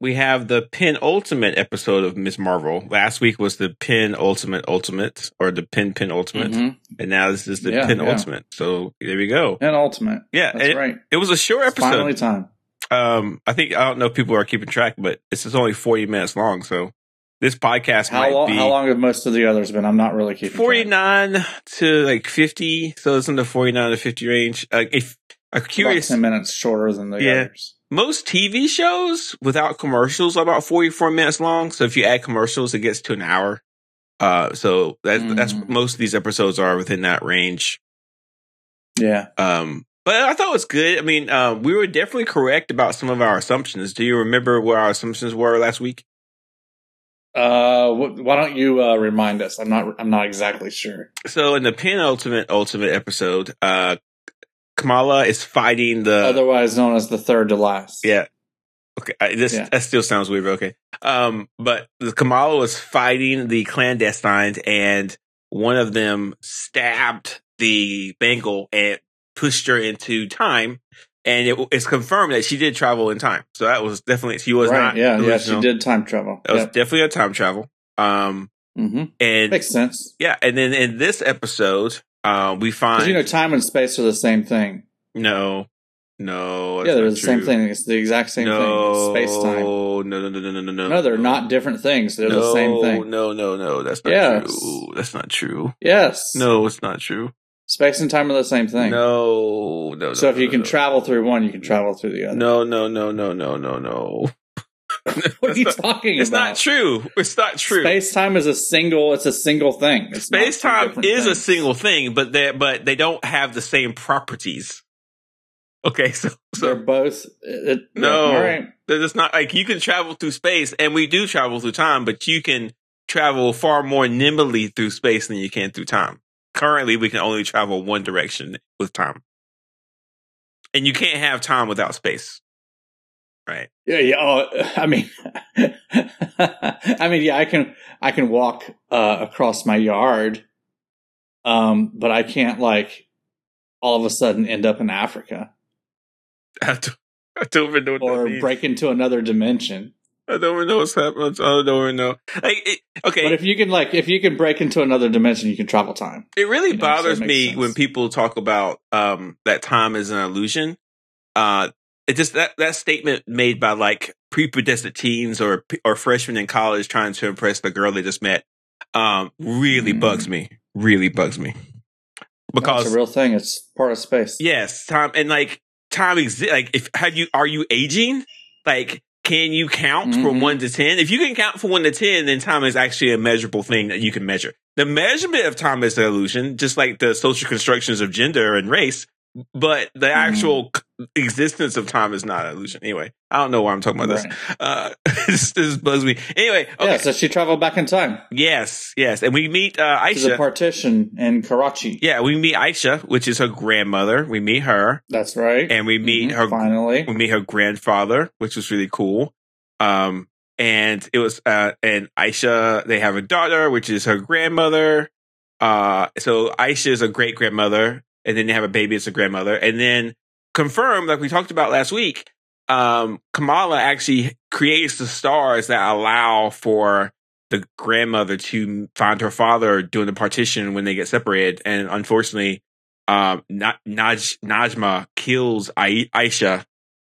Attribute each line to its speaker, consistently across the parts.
Speaker 1: we have the pin ultimate episode of Ms. Marvel. Last week was the pin ultimate ultimate or the pin pin ultimate.
Speaker 2: Mhm.
Speaker 1: And now this is the
Speaker 2: Yeah,
Speaker 1: pin
Speaker 2: yeah.
Speaker 1: ultimate. So there we go.
Speaker 2: And Ultimate.
Speaker 1: Yeah.
Speaker 2: That's
Speaker 1: it,
Speaker 2: right.
Speaker 1: it was a short
Speaker 2: It's finally
Speaker 1: episode.
Speaker 2: time.
Speaker 1: Um, I think, I don't know if people are keeping track, but it's just only 40 minutes long. So this podcast
Speaker 2: How
Speaker 1: might
Speaker 2: long?
Speaker 1: be
Speaker 2: How long have most of the others been? I'm not really keeping. track.
Speaker 1: 49 to like 50. So it's in the 49 to 50 range. Uh, if I'm
Speaker 2: About
Speaker 1: curious,
Speaker 2: Ten minutes shorter than the
Speaker 1: Yeah.
Speaker 2: others.
Speaker 1: most TV shows without commercials are about 44 minutes long. So if you add commercials, it gets to an hour. Uh, so that's, that's
Speaker 2: Mm.
Speaker 1: most of these episodes are within that range.
Speaker 2: Yeah.
Speaker 1: Um, but I thought it was good. I mean, uh, we were definitely correct about some of our assumptions. Do you remember what our assumptions were last week?
Speaker 2: Uh, wh- why don't you uh, remind us? I'm not. I'm not exactly sure.
Speaker 1: So in the penultimate ultimate episode, uh, Kamala is fighting the
Speaker 2: Otherwise known as the third to last.
Speaker 1: Uh, Yeah. Okay, I, this
Speaker 2: Yeah.
Speaker 1: that still sounds weird, but okay. Um, but the Kamala was fighting the clandestines, and one of them stabbed the Bengal and pushed her into time, and it, it's confirmed that she did travel in time. So that was definitely she was
Speaker 2: Right.
Speaker 1: not.
Speaker 2: yeah. Yeah. She
Speaker 1: delusional.
Speaker 2: did time travel.
Speaker 1: That was definitely a time travel. Um,
Speaker 2: hmm
Speaker 1: and
Speaker 2: Makes sense.
Speaker 1: yeah, and then in this episode, um, we
Speaker 2: 'Cause,
Speaker 1: find
Speaker 2: you know, time and space are the same thing.
Speaker 1: no, no,
Speaker 2: yeah,
Speaker 1: that's
Speaker 2: they're
Speaker 1: not
Speaker 2: the same
Speaker 1: true.
Speaker 2: thing. It's the exact same
Speaker 1: no,
Speaker 2: thing. Space time.
Speaker 1: No, no, no, no, no, no, no.
Speaker 2: No, they're not different things. They're the same thing.
Speaker 1: No, no, no. That's not
Speaker 2: Yes.
Speaker 1: true. That's not true.
Speaker 2: Yes.
Speaker 1: No, it's not true.
Speaker 2: Space and time are the same thing.
Speaker 1: No, no.
Speaker 2: So
Speaker 1: no,
Speaker 2: if you
Speaker 1: no,
Speaker 2: can
Speaker 1: no.
Speaker 2: travel through one, you can travel through the other.
Speaker 1: uh, No, no, no, no, no, no, no.
Speaker 2: what are you
Speaker 1: It's
Speaker 2: talking
Speaker 1: It's
Speaker 2: about?
Speaker 1: not true. It's not true.
Speaker 2: Space time is a single. It's a single thing. It's not
Speaker 1: Space
Speaker 2: two
Speaker 1: time
Speaker 2: different
Speaker 1: is a
Speaker 2: things.
Speaker 1: single thing, but they but they don't have the same properties. Okay, so
Speaker 2: They're
Speaker 1: so
Speaker 2: both. uh, It, it-
Speaker 1: No.
Speaker 2: All right.
Speaker 1: they're just not like you can travel through space, and we do travel through time, but you can travel far more nimbly through space than you can through time. Currently, we can only travel one direction with time, and you can't have time without space, right?
Speaker 2: Yeah. Yeah. Oh, I mean, I mean, yeah. I can. I can walk uh, across my yard, um, but I can't like all of a sudden end up in Africa
Speaker 1: I don't, I don't even know what that
Speaker 2: or
Speaker 1: means.
Speaker 2: break into another dimension.
Speaker 1: I don't even know what's happening. I don't even know. Like, it, okay,
Speaker 2: But if you can like, if you can break into another dimension, you can travel time.
Speaker 1: It really
Speaker 2: You know, so it
Speaker 1: bothers
Speaker 2: makes
Speaker 1: me
Speaker 2: sense.
Speaker 1: when people talk about um, that time is an illusion. Uh, it just that that statement made by like prepubescent teens or or freshmen in college trying to impress the girl they just met um, really
Speaker 2: Mm.
Speaker 1: bugs me. Really bugs me
Speaker 2: Because
Speaker 1: because
Speaker 2: it's a real thing. It's part of space.
Speaker 1: Yes, time and like time exists. Like, if have you are you aging? Like, can you count from
Speaker 2: Mhm.
Speaker 1: one to ten? If you can count from one to ten, then time is actually a measurable thing that you can measure. The measurement of time is an illusion, just like the social constructions of gender and race. But the
Speaker 2: Mm-hmm.
Speaker 1: actual c- existence of time is not an illusion. Anyway, I don't know why I'm talking about
Speaker 2: Right.
Speaker 1: this. Uh, this. This bugs me. Anyway, okay.
Speaker 2: Yeah, so she traveled back in time
Speaker 1: Yes, yes, and we meet uh,
Speaker 2: to the
Speaker 1: Aisha.
Speaker 2: partition in Karachi.
Speaker 1: yeah, we meet Aisha, which is her grandmother. We meet her,
Speaker 2: That's right.
Speaker 1: and we meet
Speaker 2: Mhm,
Speaker 1: her
Speaker 2: finally.
Speaker 1: we meet her grandfather, which was really cool. Um, and it was uh, and Aisha. They have a daughter, which is her grandmother. Uh, so Aisha is a great grandmother, and then they have a baby. It's a grandmother, and then confirmed, like we talked about last week. Um, Kamala actually creates the stars that allow for the grandmother to find her father during the partition when they get separated, and unfortunately, um, Na- Naj- Najma kills Ai- Aisha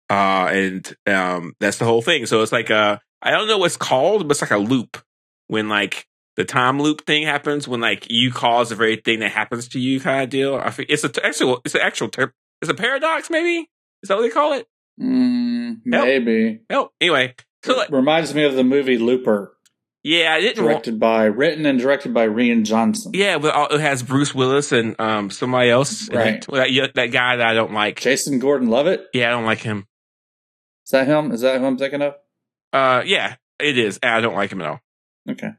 Speaker 1: uh and um that's the whole thing so it's like uh i don't know what's called but it's like a loop when like the time loop thing happens when like you cause the very thing that happens to you kind of deal i think it's a t- actual it's an actual term it's a paradox maybe is that what they call it
Speaker 2: Mm, maybe.
Speaker 1: no anyway so like,
Speaker 2: Reminds me of the movie Looper,
Speaker 1: yeah i didn't wa-
Speaker 2: directed by, written and directed by Rian Johnson.
Speaker 1: yeah but all- it has bruce willis and um somebody else in it.
Speaker 2: Right.
Speaker 1: Well, that, yeah, that guy that i don't like
Speaker 2: Jason Gordon Levitt.
Speaker 1: yeah i don't like him
Speaker 2: Is that him? Is that who I'm thinking of?
Speaker 1: uh yeah it is and i don't like him at all
Speaker 2: Okay.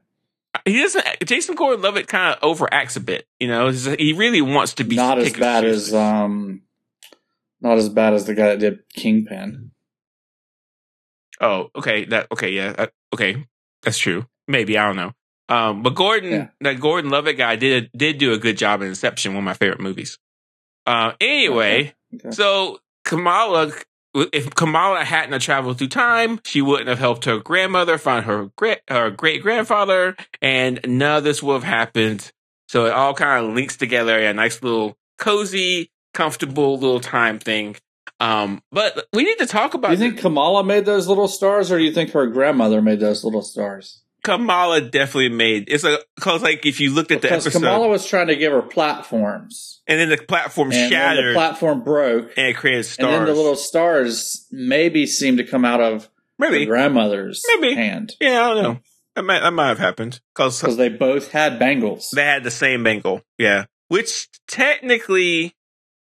Speaker 1: he doesn't. Jason Gordon-Levitt kind of overacts a bit. You know, He's- he really wants to be
Speaker 2: Not as
Speaker 1: taken
Speaker 2: bad as
Speaker 1: seriously.
Speaker 2: um, not as bad as the guy that did Kingpin.
Speaker 1: oh, okay, that okay, yeah, that- okay, that's true. Maybe I don't know. Um, but Gordon,
Speaker 2: Yeah.
Speaker 1: that Gordon-Levitt guy did did do a good job in Inception, one of my favorite movies. Uh, anyway,
Speaker 2: Okay.
Speaker 1: so Kamala if Kamala hadn't have traveled through time, she wouldn't have helped her grandmother find her great her great grandfather, and none of this would have happened. So it all kind of links together in a nice little cozy, comfortable little time thing. Um, but we need to talk about
Speaker 2: Do you think Kamala made those little stars, or do you think her grandmother made those little stars?
Speaker 1: Kamala definitely made it's a because like if you looked at the
Speaker 2: Because
Speaker 1: episode
Speaker 2: Kamala was trying to give her platforms,
Speaker 1: and then the platform
Speaker 2: and when
Speaker 1: shattered
Speaker 2: the platform broke,
Speaker 1: and it created
Speaker 2: and
Speaker 1: stars.
Speaker 2: then the little stars maybe seemed to come out of her
Speaker 1: Maybe
Speaker 2: grandmother's
Speaker 1: Maybe.
Speaker 2: hand
Speaker 1: yeah, I don't know. That might that might have happened because
Speaker 2: because they both had bangles.
Speaker 1: They had the same angle, yeah. Which technically,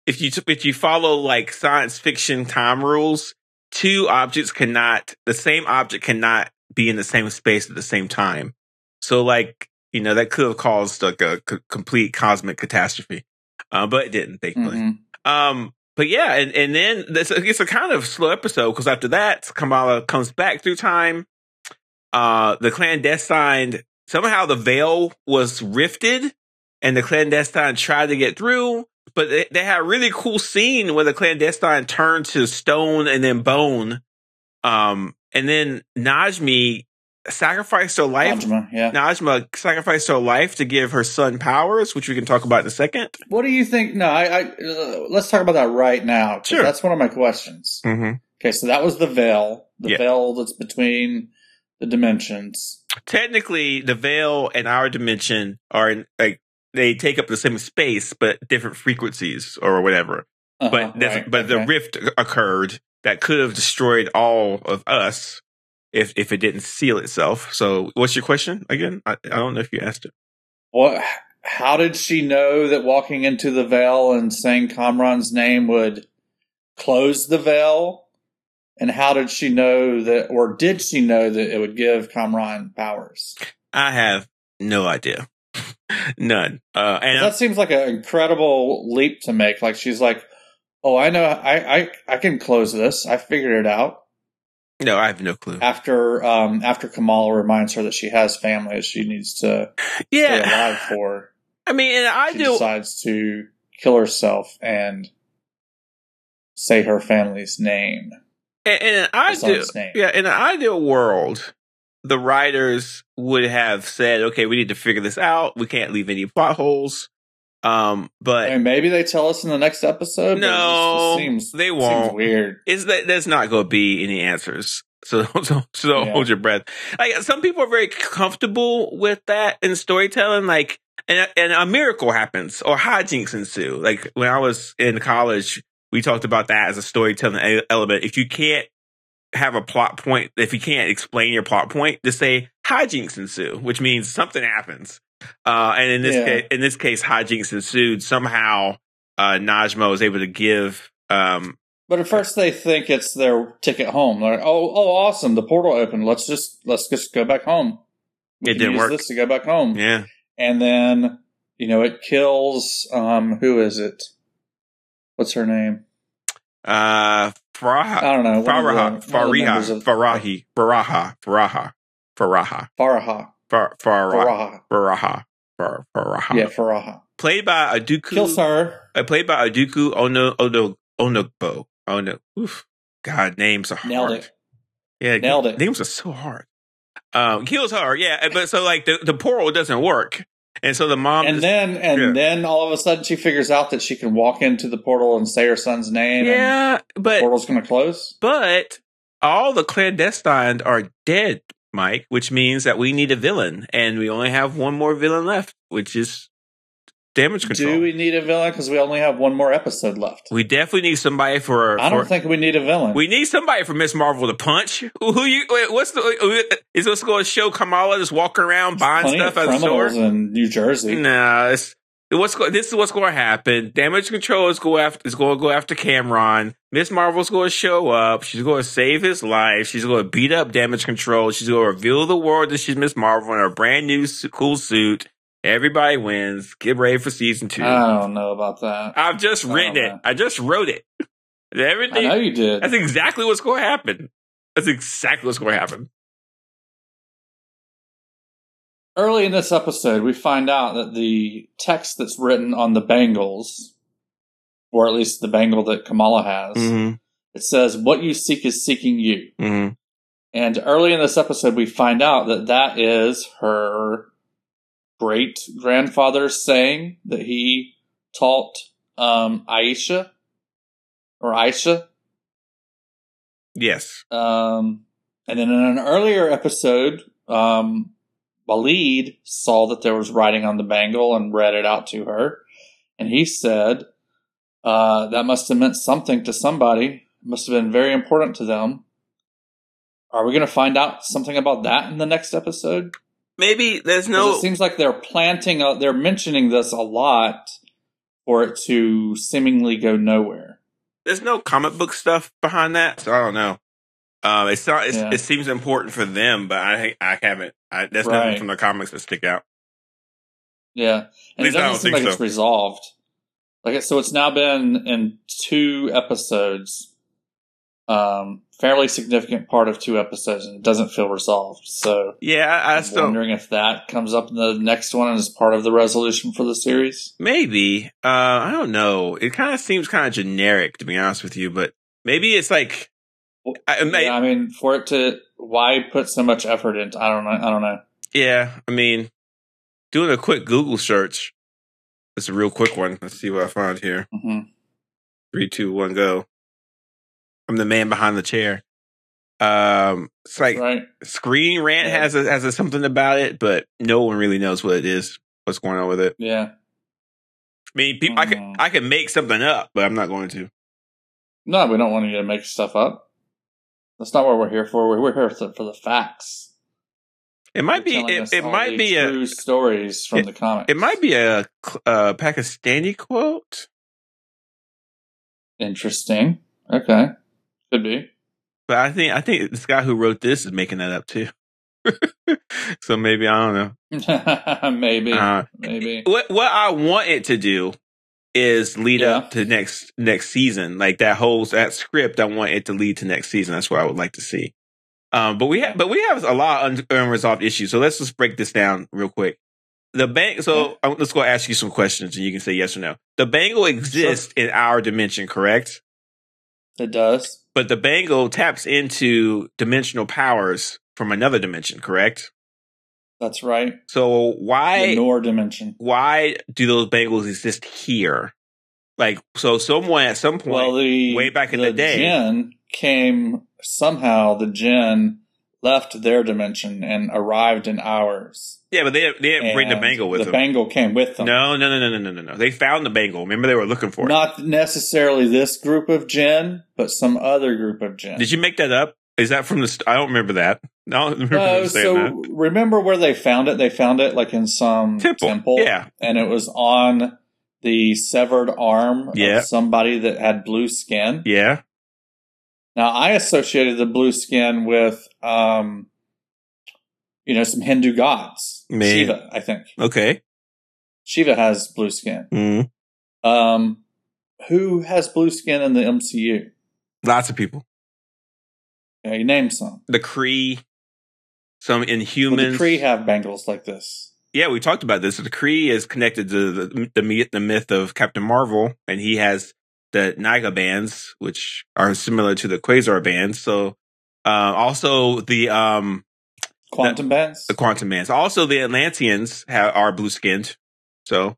Speaker 1: if you if you follow like science fiction time rules, two objects cannot the same object cannot be in the same space at the same time. So like you know that could have caused like a c- complete cosmic catastrophe, uh, but it didn't. Thankfully.
Speaker 2: Mhm.
Speaker 1: Um, but yeah, and, and then this, it's a kind of slow episode because after that, Kamala comes back through time. Uh, the clandestine somehow the veil was rifted, and the clandestine tried to get through. But they, they had a really cool scene where the clandestine turned to stone and then bone. Um, and then Najmi sacrificed her life.
Speaker 2: Ajma, yeah.
Speaker 1: Najma sacrificed her life to give her son powers, which we can talk about in a second.
Speaker 2: What do you think? No, I, I uh, let's talk about that right now. 'cause
Speaker 1: Sure.
Speaker 2: that's one of my questions.
Speaker 1: Mm-hmm.
Speaker 2: Okay, so that was the veil, the
Speaker 1: Yeah.
Speaker 2: veil that's between the dimensions.
Speaker 1: technically the veil and our dimension are in, like they take up the same space but different frequencies or whatever
Speaker 2: Uh-huh,
Speaker 1: but this,
Speaker 2: right,
Speaker 1: but the
Speaker 2: okay.
Speaker 1: rift occurred that could have destroyed all of us if if it didn't seal itself so what's your question again i, I don't know if you asked it
Speaker 2: What? How did she know that walking into the veil and saying Kamran's name would close the veil? And how did she know that, or did she know that it would give Kamran powers?
Speaker 1: i have no idea none uh and
Speaker 2: That seems like an incredible leap to make. Like she's like, "Oh, I know, I, I, I can close this. I figured it out."
Speaker 1: I, no i have no clue
Speaker 2: After, um, after Kamala reminds her that she has family that she needs to stay alive
Speaker 1: yeah
Speaker 2: for,
Speaker 1: i mean in an
Speaker 2: she
Speaker 1: ideal
Speaker 2: decides to kill herself and say her family's name.
Speaker 1: in in an
Speaker 2: The
Speaker 1: ideal
Speaker 2: son's name.
Speaker 1: Yeah, in an ideal world, the writers would have said, "Okay, we need to figure this out. We can't leave any plot holes." Um,
Speaker 2: I
Speaker 1: but
Speaker 2: mean, maybe they tell us in the next episode. but it
Speaker 1: No,
Speaker 2: just- it seems
Speaker 1: they
Speaker 2: it
Speaker 1: won't.
Speaker 2: Seems weird.
Speaker 1: is that there's not going to be any answers. So so, so don't
Speaker 2: Yeah.
Speaker 1: hold your breath. Like some people are very comfortable with that in storytelling. Like and and a miracle happens or hijinks ensue. Like when I was in college, we talked about that as a storytelling e- element. If you can't have a plot point, if you can't explain your plot point, just say hijinks ensue, which means something happens. Uh, and in this
Speaker 2: Yeah.
Speaker 1: case, in this case, hijinks ensued. Somehow, uh, Najma was able to give um,
Speaker 2: But at first, they think it's their ticket home. They're like, "Oh, oh, awesome! The portal opened. Let's just let's just go back home."
Speaker 1: It
Speaker 2: can
Speaker 1: didn't
Speaker 2: use
Speaker 1: work.
Speaker 2: This to go back home,
Speaker 1: yeah.
Speaker 2: and then you know it kills. Um, who is it? What's her name?
Speaker 1: Uh, Faraha,
Speaker 2: I don't know. one of the- one
Speaker 1: Faraha,
Speaker 2: of the members
Speaker 1: Fariha,
Speaker 2: of-
Speaker 1: Farahi, Faraha, Faraha, Faraha,
Speaker 2: Faraha.
Speaker 1: Far- Faraha,
Speaker 2: Faraha.
Speaker 1: Faraha, Far- Faraha.
Speaker 2: Yeah, Faraha.
Speaker 1: Played by
Speaker 2: Kills
Speaker 1: Aduku.
Speaker 2: her.
Speaker 1: Uh, played by Aduku Ono Ono Onogbo. Ono. Oof. God, names are hard.
Speaker 2: Nailed it.
Speaker 1: Yeah,
Speaker 2: Nailed it.
Speaker 1: Names are so hard. Um, kills her. Yeah, and- but so like the the portal doesn't work, and so the mom.
Speaker 2: and
Speaker 1: is-
Speaker 2: then and
Speaker 1: yeah.
Speaker 2: then all of a sudden she figures out that she can walk into the portal and say her son's name. and
Speaker 1: yeah,
Speaker 2: the
Speaker 1: but
Speaker 2: portal's going to close.
Speaker 1: But all the clandestines are dead, Mike, which means that we need a villain, and we only have one more villain left, which is damage control.
Speaker 2: Do
Speaker 1: we-,
Speaker 2: we need a villain? Because we only have one more episode left.
Speaker 1: definitely need somebody for.
Speaker 2: I don't
Speaker 1: for-
Speaker 2: think we need a villain.
Speaker 1: we need somebody for Miss Marvel to punch. Who who you? wait, What's the? Is this going to show Kamala just walking around buying
Speaker 2: Plenty
Speaker 1: stuff
Speaker 2: of
Speaker 1: at the store?
Speaker 2: criminals in New Jersey.
Speaker 1: Nah, it's, what's go- this is what's going to happen. Damage Control is go after is going to go after Cameron. Miss Marvel's going to show up. She's going to save his life. She's going to beat up Damage Control. She's going to reveal the world that she's Miss Marvel in her brand new su- cool suit. Everybody wins. Get ready for season two.
Speaker 2: I don't know about that.
Speaker 1: I've just
Speaker 2: Uh, I don't
Speaker 1: written it.
Speaker 2: know.
Speaker 1: I just wrote it.
Speaker 2: I know
Speaker 1: Everything.
Speaker 2: you did.
Speaker 1: That's exactly what's going to happen. That's exactly what's going to happen.
Speaker 2: Early in this episode, we find out that the text that's
Speaker 1: Mm-hmm.
Speaker 2: written on the bangles, or at least the bangle that Kamala has, It says, What you seek is seeking you.
Speaker 1: hmm
Speaker 2: And early in this episode, we find out that that is her great grandfather saying that he taught um, Aisha or Aisha.
Speaker 1: Yes.
Speaker 2: Um, and then in an earlier episode, um, Walid saw that there was writing on the bangle and read it out to her. And he said, uh, That must have meant something to somebody, must have been very important to them. Are we going to find out something about that in the next episode?
Speaker 1: Maybe there's
Speaker 2: 'Cause
Speaker 1: no.
Speaker 2: It seems like they're planting, uh, they're mentioning this a lot for it to seemingly go nowhere.
Speaker 1: there's no comic book stuff behind that, so I don't know. Um, it's not. It's,
Speaker 2: Yeah.
Speaker 1: It seems important for them, but I I haven't. I, there's
Speaker 2: Right.
Speaker 1: nothing from the comics that stick out.
Speaker 2: Yeah, and it
Speaker 1: least I
Speaker 2: doesn't
Speaker 1: don't
Speaker 2: seem
Speaker 1: think
Speaker 2: like it's
Speaker 1: so.
Speaker 2: resolved. Like it- so, it's now been in two episodes, um, fairly significant part of two episodes, and it doesn't feel resolved. So
Speaker 1: Yeah, I, I
Speaker 2: I'm
Speaker 1: still
Speaker 2: wondering if that comes up in the next one and is part of the resolution for the series.
Speaker 1: maybe. Uh, I don't know. It kind of seems kind of generic to be honest with you, but maybe it's like. I, I may-
Speaker 2: yeah, I mean, for it to why put so much effort into? I don't know. I don't know.
Speaker 1: yeah, I mean, doing a quick Google search. It's a real quick one. Let's see what I find here.
Speaker 2: hmm
Speaker 1: Three, two, one, go. I'm the man behind the chair. Um, it's like
Speaker 2: Right?
Speaker 1: Screen Rant
Speaker 2: Yeah.
Speaker 1: has a, has a something about it, but no one really knows what it is. What's going on with it?
Speaker 2: Yeah.
Speaker 1: I mean, people, I
Speaker 2: Mhm.
Speaker 1: could I could make something up, but I'm not going to.
Speaker 2: No, we don't want you to make stuff up. That's not what we're here for. We're here for for the facts.
Speaker 1: It might be
Speaker 2: You're telling
Speaker 1: it,
Speaker 2: us
Speaker 1: it
Speaker 2: all
Speaker 1: might
Speaker 2: the
Speaker 1: be a
Speaker 2: true stories from the comics.
Speaker 1: it might be a, cl- a Pakistani quote,
Speaker 2: interesting. Okay, could be.
Speaker 1: but I think I think this guy who wrote this is making that up too. so maybe I don't know.
Speaker 2: maybe,
Speaker 1: Uh,
Speaker 2: maybe.
Speaker 1: what what I want it to do is lead
Speaker 2: Yeah.
Speaker 1: up to next next season. Like that whole that script, I want it to lead to next season. That's what I would like to see. Um, but we
Speaker 2: Yeah.
Speaker 1: have but we have a lot of un- unresolved issues. So let's just break this down real quick. The bank. So I- let's go ask you some questions, and you can say yes or no. The bangle exists in our dimension, correct?
Speaker 2: It does.
Speaker 1: But the bangle taps into dimensional powers from another dimension, correct?
Speaker 2: That's right.
Speaker 1: So why?
Speaker 2: the Nor dimension.
Speaker 1: why do those bangles exist here? Like, so someone at some point,
Speaker 2: Well, the
Speaker 1: way back in the day.
Speaker 2: Jin came somehow. The Jin left their dimension and arrived in ours.
Speaker 1: yeah, but they didn't, they didn't bring the
Speaker 2: And
Speaker 1: bangle with
Speaker 2: the
Speaker 1: them.
Speaker 2: bangle came with them.
Speaker 1: No, no, no, no, no, no, no, no. They found the bangle. Remember, they were looking for it.
Speaker 2: not necessarily this group of Jin, but some other group of Jin.
Speaker 1: Did you make that up? Is that from the? St- I don't remember that. I don't remember
Speaker 2: No,
Speaker 1: them saying
Speaker 2: Uh, so
Speaker 1: that.
Speaker 2: remember where they found it? They found it like in some
Speaker 1: Temple.
Speaker 2: temple,
Speaker 1: Yeah,
Speaker 2: and it was on the severed arm
Speaker 1: Yeah.
Speaker 2: of somebody that had blue skin.
Speaker 1: yeah.
Speaker 2: Now, I associated the blue skin with, um, you know, some Hindu gods.
Speaker 1: Man.
Speaker 2: Shiva, I think
Speaker 1: Okay.
Speaker 2: Shiva has blue skin.
Speaker 1: Mm.
Speaker 2: Um, who has blue skin in the MCU?
Speaker 1: Lots of people.
Speaker 2: Yeah, you name some.
Speaker 1: The Cree, some
Speaker 2: Would the
Speaker 1: Inhumans.
Speaker 2: Kree have bangles like this?
Speaker 1: yeah, we talked about this. The Kree is connected to the the, myth- the myth of Captain Marvel, and he has the Naga bands, which are similar to the Quasar bands. So, uh, also the um
Speaker 2: Quantum bands?
Speaker 1: the Quantum bands. Also, the Atlanteans ha- are blue skinned, so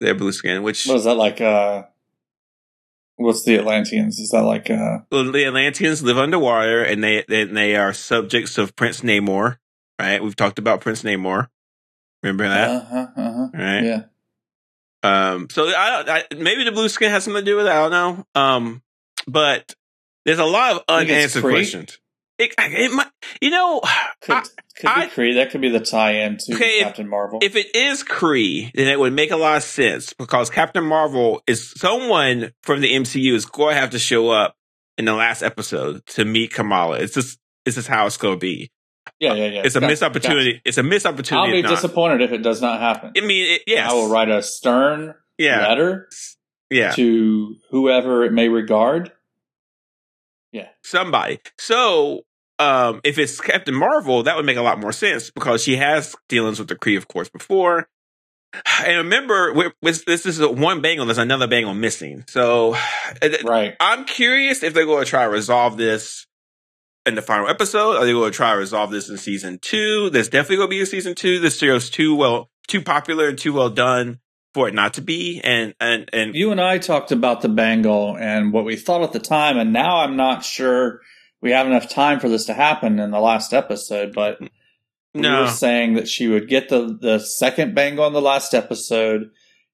Speaker 1: they're blue skinned. Which
Speaker 2: What is that like? Uh, what's the Atlanteans? Is that like? Uh,
Speaker 1: well, the Atlanteans live underwater, and they they, they are subjects of Prince Namor. Right? We've talked about Prince Namor. Remember that?
Speaker 2: uh-huh, uh-huh.
Speaker 1: right?
Speaker 2: Yeah.
Speaker 1: Um, so I, don't- I maybe the blue skin has something to do with it. I don't know. Um, but there's a lot of
Speaker 2: think it's
Speaker 1: unanswered
Speaker 2: free.
Speaker 1: questions. It, it might, you know,
Speaker 2: Could,
Speaker 1: I-
Speaker 2: could
Speaker 1: I-
Speaker 2: be Kree. That could be the tie-in to
Speaker 1: Okay, if-
Speaker 2: Captain Marvel.
Speaker 1: if it is Kree, then it would make a lot of sense because Captain Marvel is someone from the MCU is going to have to show up in the last episode to meet Kamala. It's just, this is how it's going to be.
Speaker 2: yeah, yeah, yeah.
Speaker 1: It's a
Speaker 2: Gotcha,
Speaker 1: missed opportunity.
Speaker 2: gotcha.
Speaker 1: It's a missed opportunity.
Speaker 2: I'll be
Speaker 1: if not.
Speaker 2: disappointed if it does not happen.
Speaker 1: I mean, it, yes.
Speaker 2: I will write a stern
Speaker 1: yeah.
Speaker 2: letter
Speaker 1: Yeah.
Speaker 2: to whoever it may regard.
Speaker 1: somebody. So, um, if it's Captain Marvel, that would make a lot more sense because she has dealings with the Kree, of course, before. And remember, we're, this this is one bangle. There's another bangle missing. So
Speaker 2: Right.
Speaker 1: I'm curious if they're going to try to resolve this in the final episode. Are they going to try to resolve this in season two? There's definitely going to be a season two. This serial's too well, too popular and too well done for it not to be. And and and
Speaker 2: You and I talked about the bangle and what we thought at the time, and now I'm not sure we have enough time for this to happen in the last episode, but we were
Speaker 1: no,
Speaker 2: saying that she would get the, the second bangle in the last episode.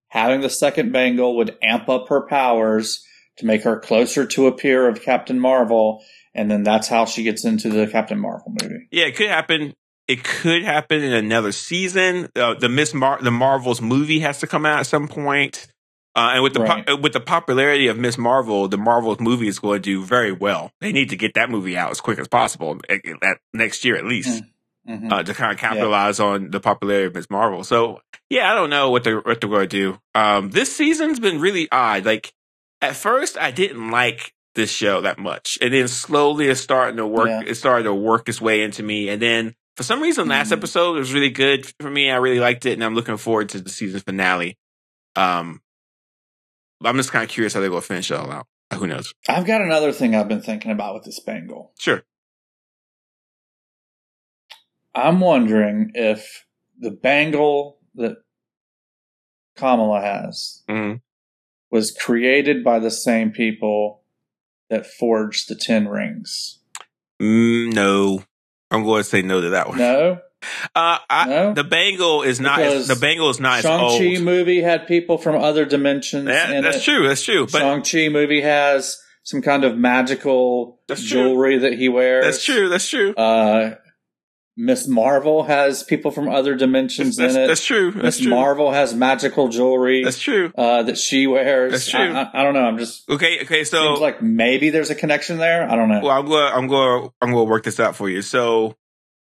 Speaker 2: Having the second bangle would amp up her powers to make her closer to a peer of Captain Marvel, and then that's how she gets into the Captain Marvel movie.
Speaker 1: yeah, it could happen. It could happen in another season. Uh, the Miss Mar- the Marvels movie has to come out at some point. Uh, and with the po-
Speaker 2: Right.
Speaker 1: uh, with the popularity of Miss Marvel, the Marvels movie is going to do very well. They need to get that movie out as quick as possible, eh, eh, that next year at least.
Speaker 2: Mm. Mhm.
Speaker 1: uh, to kind of capitalize on the popularity of Ms. Marvel. So yeah, I don't know what they're what they're going to do. Um, this season's been really odd. Like at first, I didn't like this show that much, and then slowly it's starting to work.
Speaker 2: Yeah.
Speaker 1: It started to work its way into me, and then for some reason, last
Speaker 2: Mhm.
Speaker 1: episode was really good for me. I really liked it, and I'm looking forward to the season finale. Um, I'm just kind of curious how they're going to finish it all out. Who knows?
Speaker 2: I've got another thing I've been thinking about with this bangle.
Speaker 1: Sure.
Speaker 2: I'm wondering if the bangle that Kamala has
Speaker 1: Mhm.
Speaker 2: was created by the same people that forged the Ten Rings.
Speaker 1: Mm, no, I'm going to say no to that one.
Speaker 2: No,
Speaker 1: Uh, I,
Speaker 2: no.
Speaker 1: The bangle is not as,
Speaker 2: Because
Speaker 1: the bangle is not as old.
Speaker 2: Shang Chi movie had people from other dimensions.
Speaker 1: Yeah,
Speaker 2: in
Speaker 1: that's
Speaker 2: it.
Speaker 1: true. That's true. But
Speaker 2: Shang Chi movie has some kind of magical
Speaker 1: That's true.
Speaker 2: jewelry that he wears.
Speaker 1: that's true. That's true.
Speaker 2: Uh, Miss Marvel has people from other dimensions
Speaker 1: That's, that's,
Speaker 2: in it.
Speaker 1: that's true. That's
Speaker 2: Miss
Speaker 1: true.
Speaker 2: Marvel has magical jewelry.
Speaker 1: That's true.
Speaker 2: uh, that she wears.
Speaker 1: That's true.
Speaker 2: I, I, I don't know. I'm just
Speaker 1: Okay. Okay. So
Speaker 2: seems like maybe there's a connection there. I don't know.
Speaker 1: well, I'm going. I'm going. I'm going to work this out for you. So.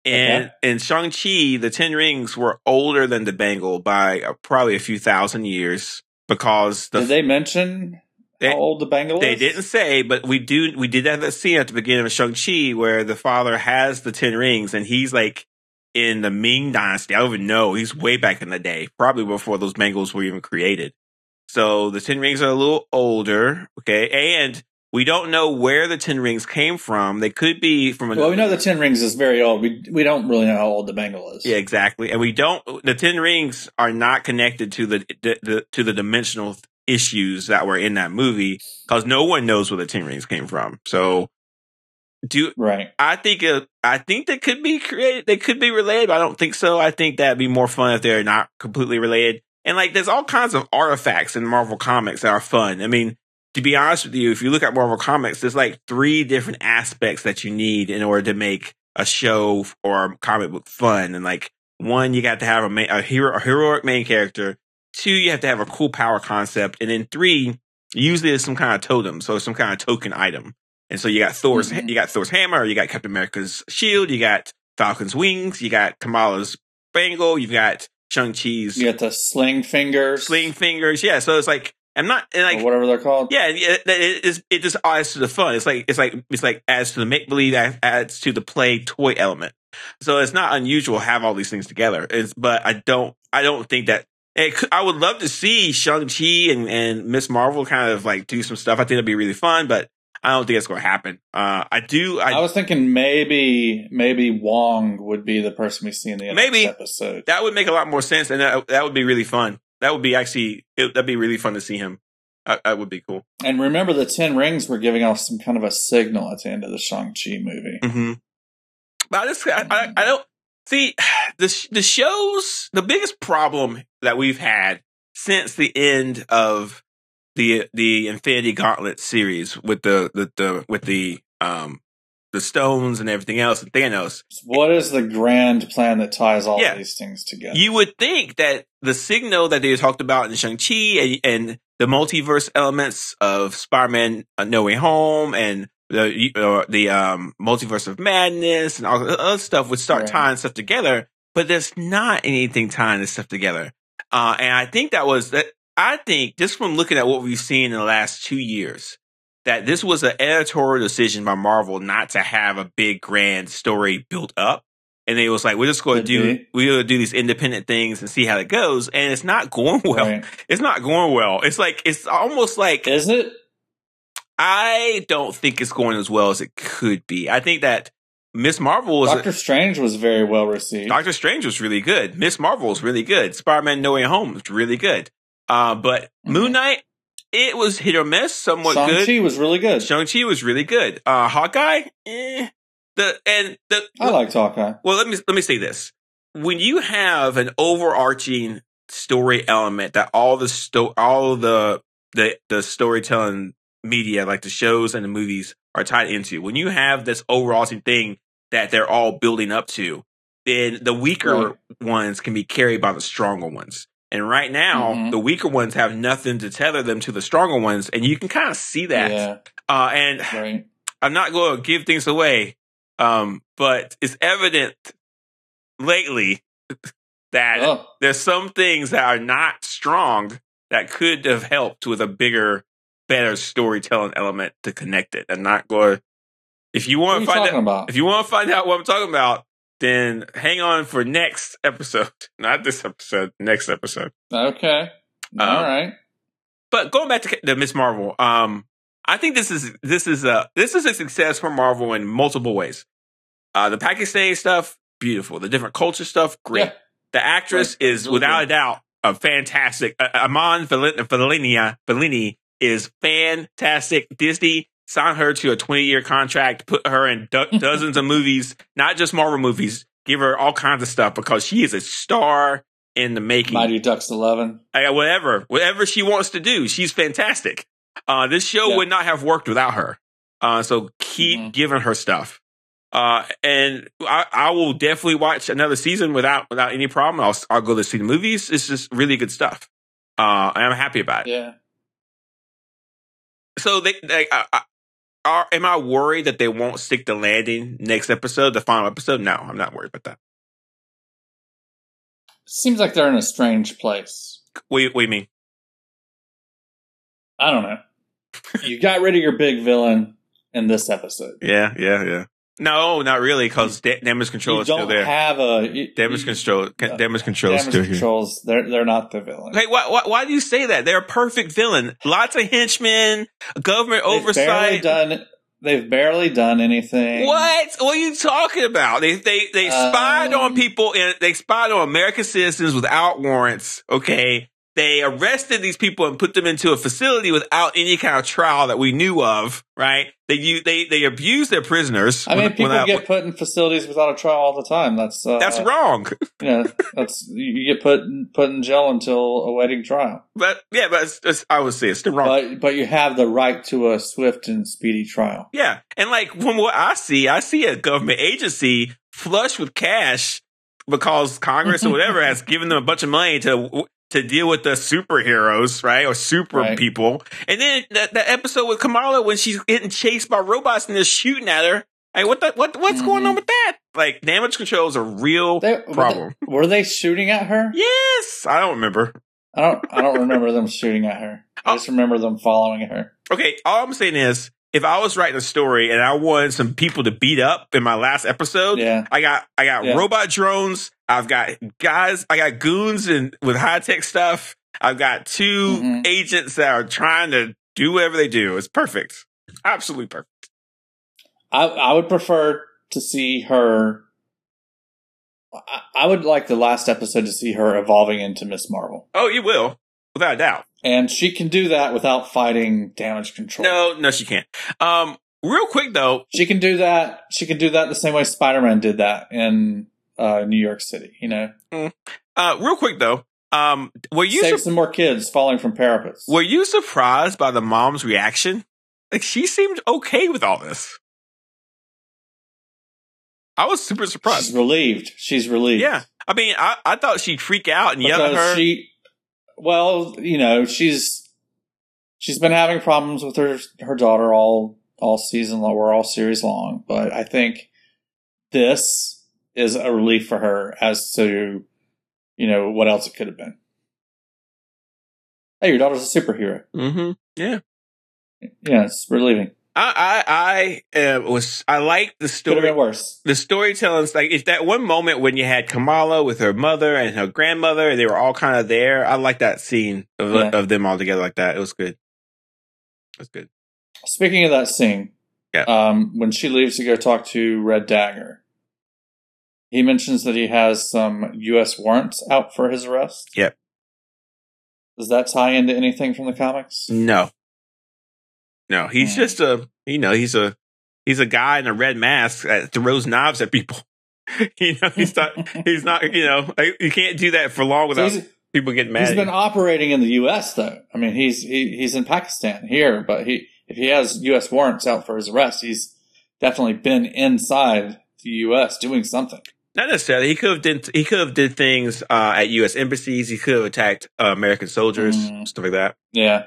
Speaker 1: And in Shang Chi, the Ten Rings were older than the bangle by uh, probably a few thousand years because the
Speaker 2: Did they mention
Speaker 1: They-
Speaker 2: how old the bangle
Speaker 1: They
Speaker 2: is?
Speaker 1: didn't say, but we do. We did have that scene at the beginning of Shang Chi where the father has the ten rings, and he's like in the Ming Dynasty. I don't even know. He's way back in the day, probably before those bangles were even created. So the ten rings are a little older, okay, and we don't know where the ten rings came from. They could be from another.
Speaker 2: Well, we know the Ten Rings is very old. We we don't really know how old the bangle is.
Speaker 1: yeah, exactly. And we don't. The ten rings are not connected to the, the, the to the dimensional issues that were in that movie because no one knows where the ten rings came from. So. Do
Speaker 2: Right.
Speaker 1: I think it, I think they could be created. They could be related, but I don't think so. I think that'd be more fun if they're not completely related. And like, there's all kinds of artifacts in Marvel comics that are fun. I mean, to be honest with you, if you look at Marvel comics, there's like three different aspects that you need in order to make a show or a comic book fun. And like, one, you got to have a, ma- a hero, a heroic main character. Two, you have to have a cool power concept, and then three, usually it's some kind of totem, so it's some kind of token item. And so you got Thor's,
Speaker 2: Mhm.
Speaker 1: you got Thor's hammer, you got Captain America's shield, you got Falcon's wings, you got Kamala's bangle, you've got Shang Chi's
Speaker 2: You got the sling fingers,
Speaker 1: sling fingers. Yeah, so it's like I'm not and
Speaker 2: or
Speaker 1: like
Speaker 2: whatever they're called.
Speaker 1: yeah, it, it, it's- it just adds to the fun. It's like it's like it's like adds to the make believe, adds to the play toy element. So it's not unusual to have all these things together. It's, but I don't I don't think that it, could- I would love to see Shang Chi and and Miss Marvel kind of like do some stuff. I think it'd be really fun, but I don't think it's going to happen. Uh, I do. I,
Speaker 2: I, was thinking maybe maybe Wong would be the person we see in the next
Speaker 1: Maybe.
Speaker 2: episode.
Speaker 1: that would make a lot more sense, and that, that would be really fun. That would be actually it, that'd be really fun to see him. Uh, that would be cool.
Speaker 2: And remember, the Ten Rings were giving off some kind of a signal at the end of the Shang Chi movie.
Speaker 1: hmm But I just I, I, I don't see the sh- the shows. The biggest problem that we've had since the end of the the Infinity Gauntlet series with the the, the with the um the stones and everything else and Thanos
Speaker 2: What is the grand plan that ties all
Speaker 1: Yeah.
Speaker 2: these things together?
Speaker 1: You would think that the signal that they talked about in Shang-Chi and, and the multiverse elements of Spider-Man uh, No Way Home and the, uh, the um, multiverse of madness and all the other stuff would start
Speaker 2: Right.
Speaker 1: tying stuff together, but there's not anything tying this stuff together. Uh, and I think that was that. I think just from looking at what we've seen in the last two years, that this was an editorial decision by Marvel not to have a big grand story built up and they was like, "We're just going to
Speaker 2: Could
Speaker 1: do
Speaker 2: be.
Speaker 1: we're going to do these independent things and see how it goes." And it's not going well.
Speaker 2: Right.
Speaker 1: It's not going well. It's like it's almost like
Speaker 2: Is it?
Speaker 1: I don't think it's going as well as it could be. I think that Miss Marvel was
Speaker 2: Doctor Strange was very well received.
Speaker 1: Doctor Strange was really good. Miss Marvel was really good. Spider Man No Way Home was really good. Uh, but
Speaker 2: Mm-hmm.
Speaker 1: Moon Knight, it was hit or miss, somewhat
Speaker 2: Shang
Speaker 1: good.
Speaker 2: Chi was really good.
Speaker 1: Shang Chi was really good. Uh, Hawkeye, eh. the and the
Speaker 2: I liked Hawkeye.
Speaker 1: well, let me let me say this: when you have an overarching story element that all the sto- all the the the storytelling media, like the shows and the movies, are tied into, when you have this overarching thing that they're all building up to, then the weaker
Speaker 2: Right.
Speaker 1: ones can be carried by the stronger ones. And right now,
Speaker 2: Mhm.
Speaker 1: the weaker ones have nothing to tether them to the stronger ones, and you can kind of see that. Uh, and
Speaker 2: Yeah, right.
Speaker 1: I'm not going to give things away, um, but it's evident lately that
Speaker 2: Oh,
Speaker 1: there's some things that are not strong that could have helped with a bigger, better storytelling element to connect it. I'm not going. If you
Speaker 2: what are
Speaker 1: want
Speaker 2: you
Speaker 1: to find
Speaker 2: talking
Speaker 1: out,
Speaker 2: about?
Speaker 1: if you want to find out what I'm talking about, then hang on for next episode, not this episode, next episode.
Speaker 2: okay.
Speaker 1: Uh,
Speaker 2: All right.
Speaker 1: But going back to the Miss Marvel, um, I think this is this is a this is a success for Marvel in multiple ways. Uh, the Pakistani stuff, beautiful. The different culture stuff, great.
Speaker 2: Yeah.
Speaker 1: The actress
Speaker 2: Right.
Speaker 1: is without a doubt a fantastic. Uh, Amon Fel- Fellini, uh, Fellini is fantastic. Disney signed her to a twenty-year contract, put her in do- dozens of movies, not just Marvel movies. Give her all kinds of stuff because she is a star in the making.
Speaker 2: Mighty Ducks 11.
Speaker 1: I, whatever, whatever she wants to do, she's fantastic. Uh, this show
Speaker 2: Yeah.
Speaker 1: would not have worked without her. Uh, so keep
Speaker 2: Mhm.
Speaker 1: giving her stuff. Uh, and I, I will definitely watch another season without without any problem. I'll I'll go to see the movies. It's just really good stuff. Uh, and I'm happy about it.
Speaker 2: Yeah.
Speaker 1: So they, they I, I, are, am I worried that they won't stick the landing next episode, the final episode? No, I'm not worried about that.
Speaker 2: Seems like they're in a strange place.
Speaker 1: What, do you- what do you mean?
Speaker 2: I don't know. you got rid of your big villain in this episode.
Speaker 1: Yeah, yeah, yeah. No, not really, because damage control
Speaker 2: You
Speaker 1: is still
Speaker 2: don't
Speaker 1: there.
Speaker 2: have a you-
Speaker 1: Damage
Speaker 2: you-
Speaker 1: control.
Speaker 2: uh,
Speaker 1: Damage control is
Speaker 2: Damage
Speaker 1: still here.
Speaker 2: controls. They're they're not the villain.
Speaker 1: Hey, why, why why do you say that? They're a perfect villain. Lots of henchmen, government
Speaker 2: They've barely
Speaker 1: oversight.
Speaker 2: done. They've barely done anything.
Speaker 1: What? What are you talking about? They they they spied
Speaker 2: Um,
Speaker 1: on people and they spied on American citizens without warrants. Okay, they arrested these people and put them into a facility without any kind of trial that we knew of. Right? They you they they abused their prisoners.
Speaker 2: I mean,
Speaker 1: when-
Speaker 2: people
Speaker 1: when I-
Speaker 2: get put in facilities without a trial all the time. That's uh,
Speaker 1: that's wrong.
Speaker 2: You know, that's you get put in, put in jail until awaiting trial.
Speaker 1: But yeah, but it's, it's, I would say it's still wrong.
Speaker 2: But but you have the right to a swift and speedy trial.
Speaker 1: Yeah. And like from what I see, I see a government agency flush with cash because Congress or whatever has given them a bunch of money to to deal with the superheroes, right? Or super
Speaker 2: Right.
Speaker 1: people. And then that, that episode with Kamala when she's getting chased by robots and they're shooting at her. Like what the, what what's going
Speaker 2: Mhm.
Speaker 1: on with that? Like damage control is a real
Speaker 2: They,
Speaker 1: problem.
Speaker 2: Were they shooting at her?
Speaker 1: Yes, I don't remember.
Speaker 2: I don't. I don't remember them shooting at her.
Speaker 1: Oh.
Speaker 2: I just remember them following her.
Speaker 1: Okay, all I'm saying is if I was writing a story and I wanted some people to beat up in my last episode,
Speaker 2: Yeah.
Speaker 1: I got I got
Speaker 2: Yeah.
Speaker 1: robot drones. I've got guys. I got goons and with high tech stuff. I've got 2
Speaker 2: Mhm.
Speaker 1: agents that are trying to do whatever they do. It's perfect, absolutely perfect.
Speaker 2: I I would prefer to see her. I, I would like the last episode to see her evolving into Miss Marvel,
Speaker 1: Oh, you will without a doubt.
Speaker 2: and she can do that without fighting damage control.
Speaker 1: No, no, she can't. Um, real quick though,
Speaker 2: She can do that. She can do that the same way Spider Man did that in uh, New York City. You know,
Speaker 1: uh, real quick though. Um, were you
Speaker 2: save
Speaker 1: sur-
Speaker 2: some more kids falling from parapets.
Speaker 1: were you surprised by the mom's reaction? Like she seemed okay with all this. I was super surprised.
Speaker 2: She's relieved. She's relieved.
Speaker 1: Yeah, I mean, I, I thought she'd freak out and yell at
Speaker 2: Because
Speaker 1: her.
Speaker 2: she, well, you know, she's she's been having problems with her her daughter all all season long. We're all series long, but I think this is a relief for her as to you know what else it could have been. Hey, your daughter's a superhero.
Speaker 1: Mm-hmm. Yeah.
Speaker 2: Yeah, it's relieving.
Speaker 1: I I, I uh, was I like the
Speaker 2: Could have
Speaker 1: story.
Speaker 2: been worse.
Speaker 1: The storytelling's like it's that one moment when you had Kamala with her mother and her grandmother, and they were all kind of there. I like that scene of
Speaker 2: Yeah.
Speaker 1: of them all together like that. It was good. It was good.
Speaker 2: Speaking of that scene,
Speaker 1: Yeah.
Speaker 2: um, when she leaves to go talk to Red Dagger, he mentions that he has some U.S. warrants out for his arrest.
Speaker 1: Yep.
Speaker 2: Does that tie into anything from the comics?
Speaker 1: No, no, he's
Speaker 2: Hmm.
Speaker 1: just a you know he's a he's a guy in a red mask that throws knives at people. you know he's not he's not you know like, you can't do that for long
Speaker 2: So
Speaker 1: without
Speaker 2: he's,
Speaker 1: people getting mad.
Speaker 2: he's
Speaker 1: at you.
Speaker 2: been operating in the U.S. though. I mean, he's he, he's in Pakistan here, but he if he has U.S. warrants out for his arrest, he's definitely been inside the U.S. doing something.
Speaker 1: Not necessarily. He could have did. He could have did things uh, at U.S. embassies. He could have attacked uh, American soldiers,
Speaker 2: Mm.
Speaker 1: stuff like that.
Speaker 2: Yeah,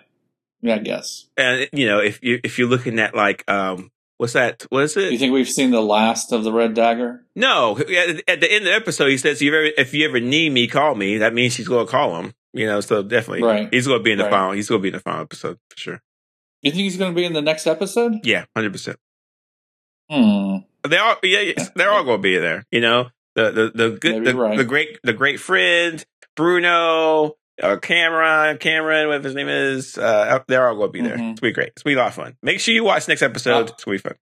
Speaker 2: yeah, I guess.
Speaker 1: And you know, if you if you're looking at like, um, what's that? What is
Speaker 2: You
Speaker 1: it?
Speaker 2: think we've seen the last of the Red Dagger?
Speaker 1: No, at, at the end of the episode, he says, "If you ever, if you ever need me, call me." That means she's going to call him. You know, so definitely,
Speaker 2: Right.
Speaker 1: he's going to be in the
Speaker 2: Right.
Speaker 1: final. He's going to be in the final episode for sure.
Speaker 2: You think he's going to be in the next episode?
Speaker 1: Yeah, hundred percent.
Speaker 2: Hmm.
Speaker 1: They all, yeah, yes, they're all going to be there. You know, the the the good,
Speaker 2: Maybe
Speaker 1: the,
Speaker 2: you're right.
Speaker 1: the great, the great friend Bruno, uh, Cameron, Cameron, whatever his name is. Uh, they're all going to be there.
Speaker 2: Mhm.
Speaker 1: It's gonna be great. It's gonna be a lot of fun. Make sure you watch next episode.
Speaker 2: Uh,
Speaker 1: it's gonna be fun.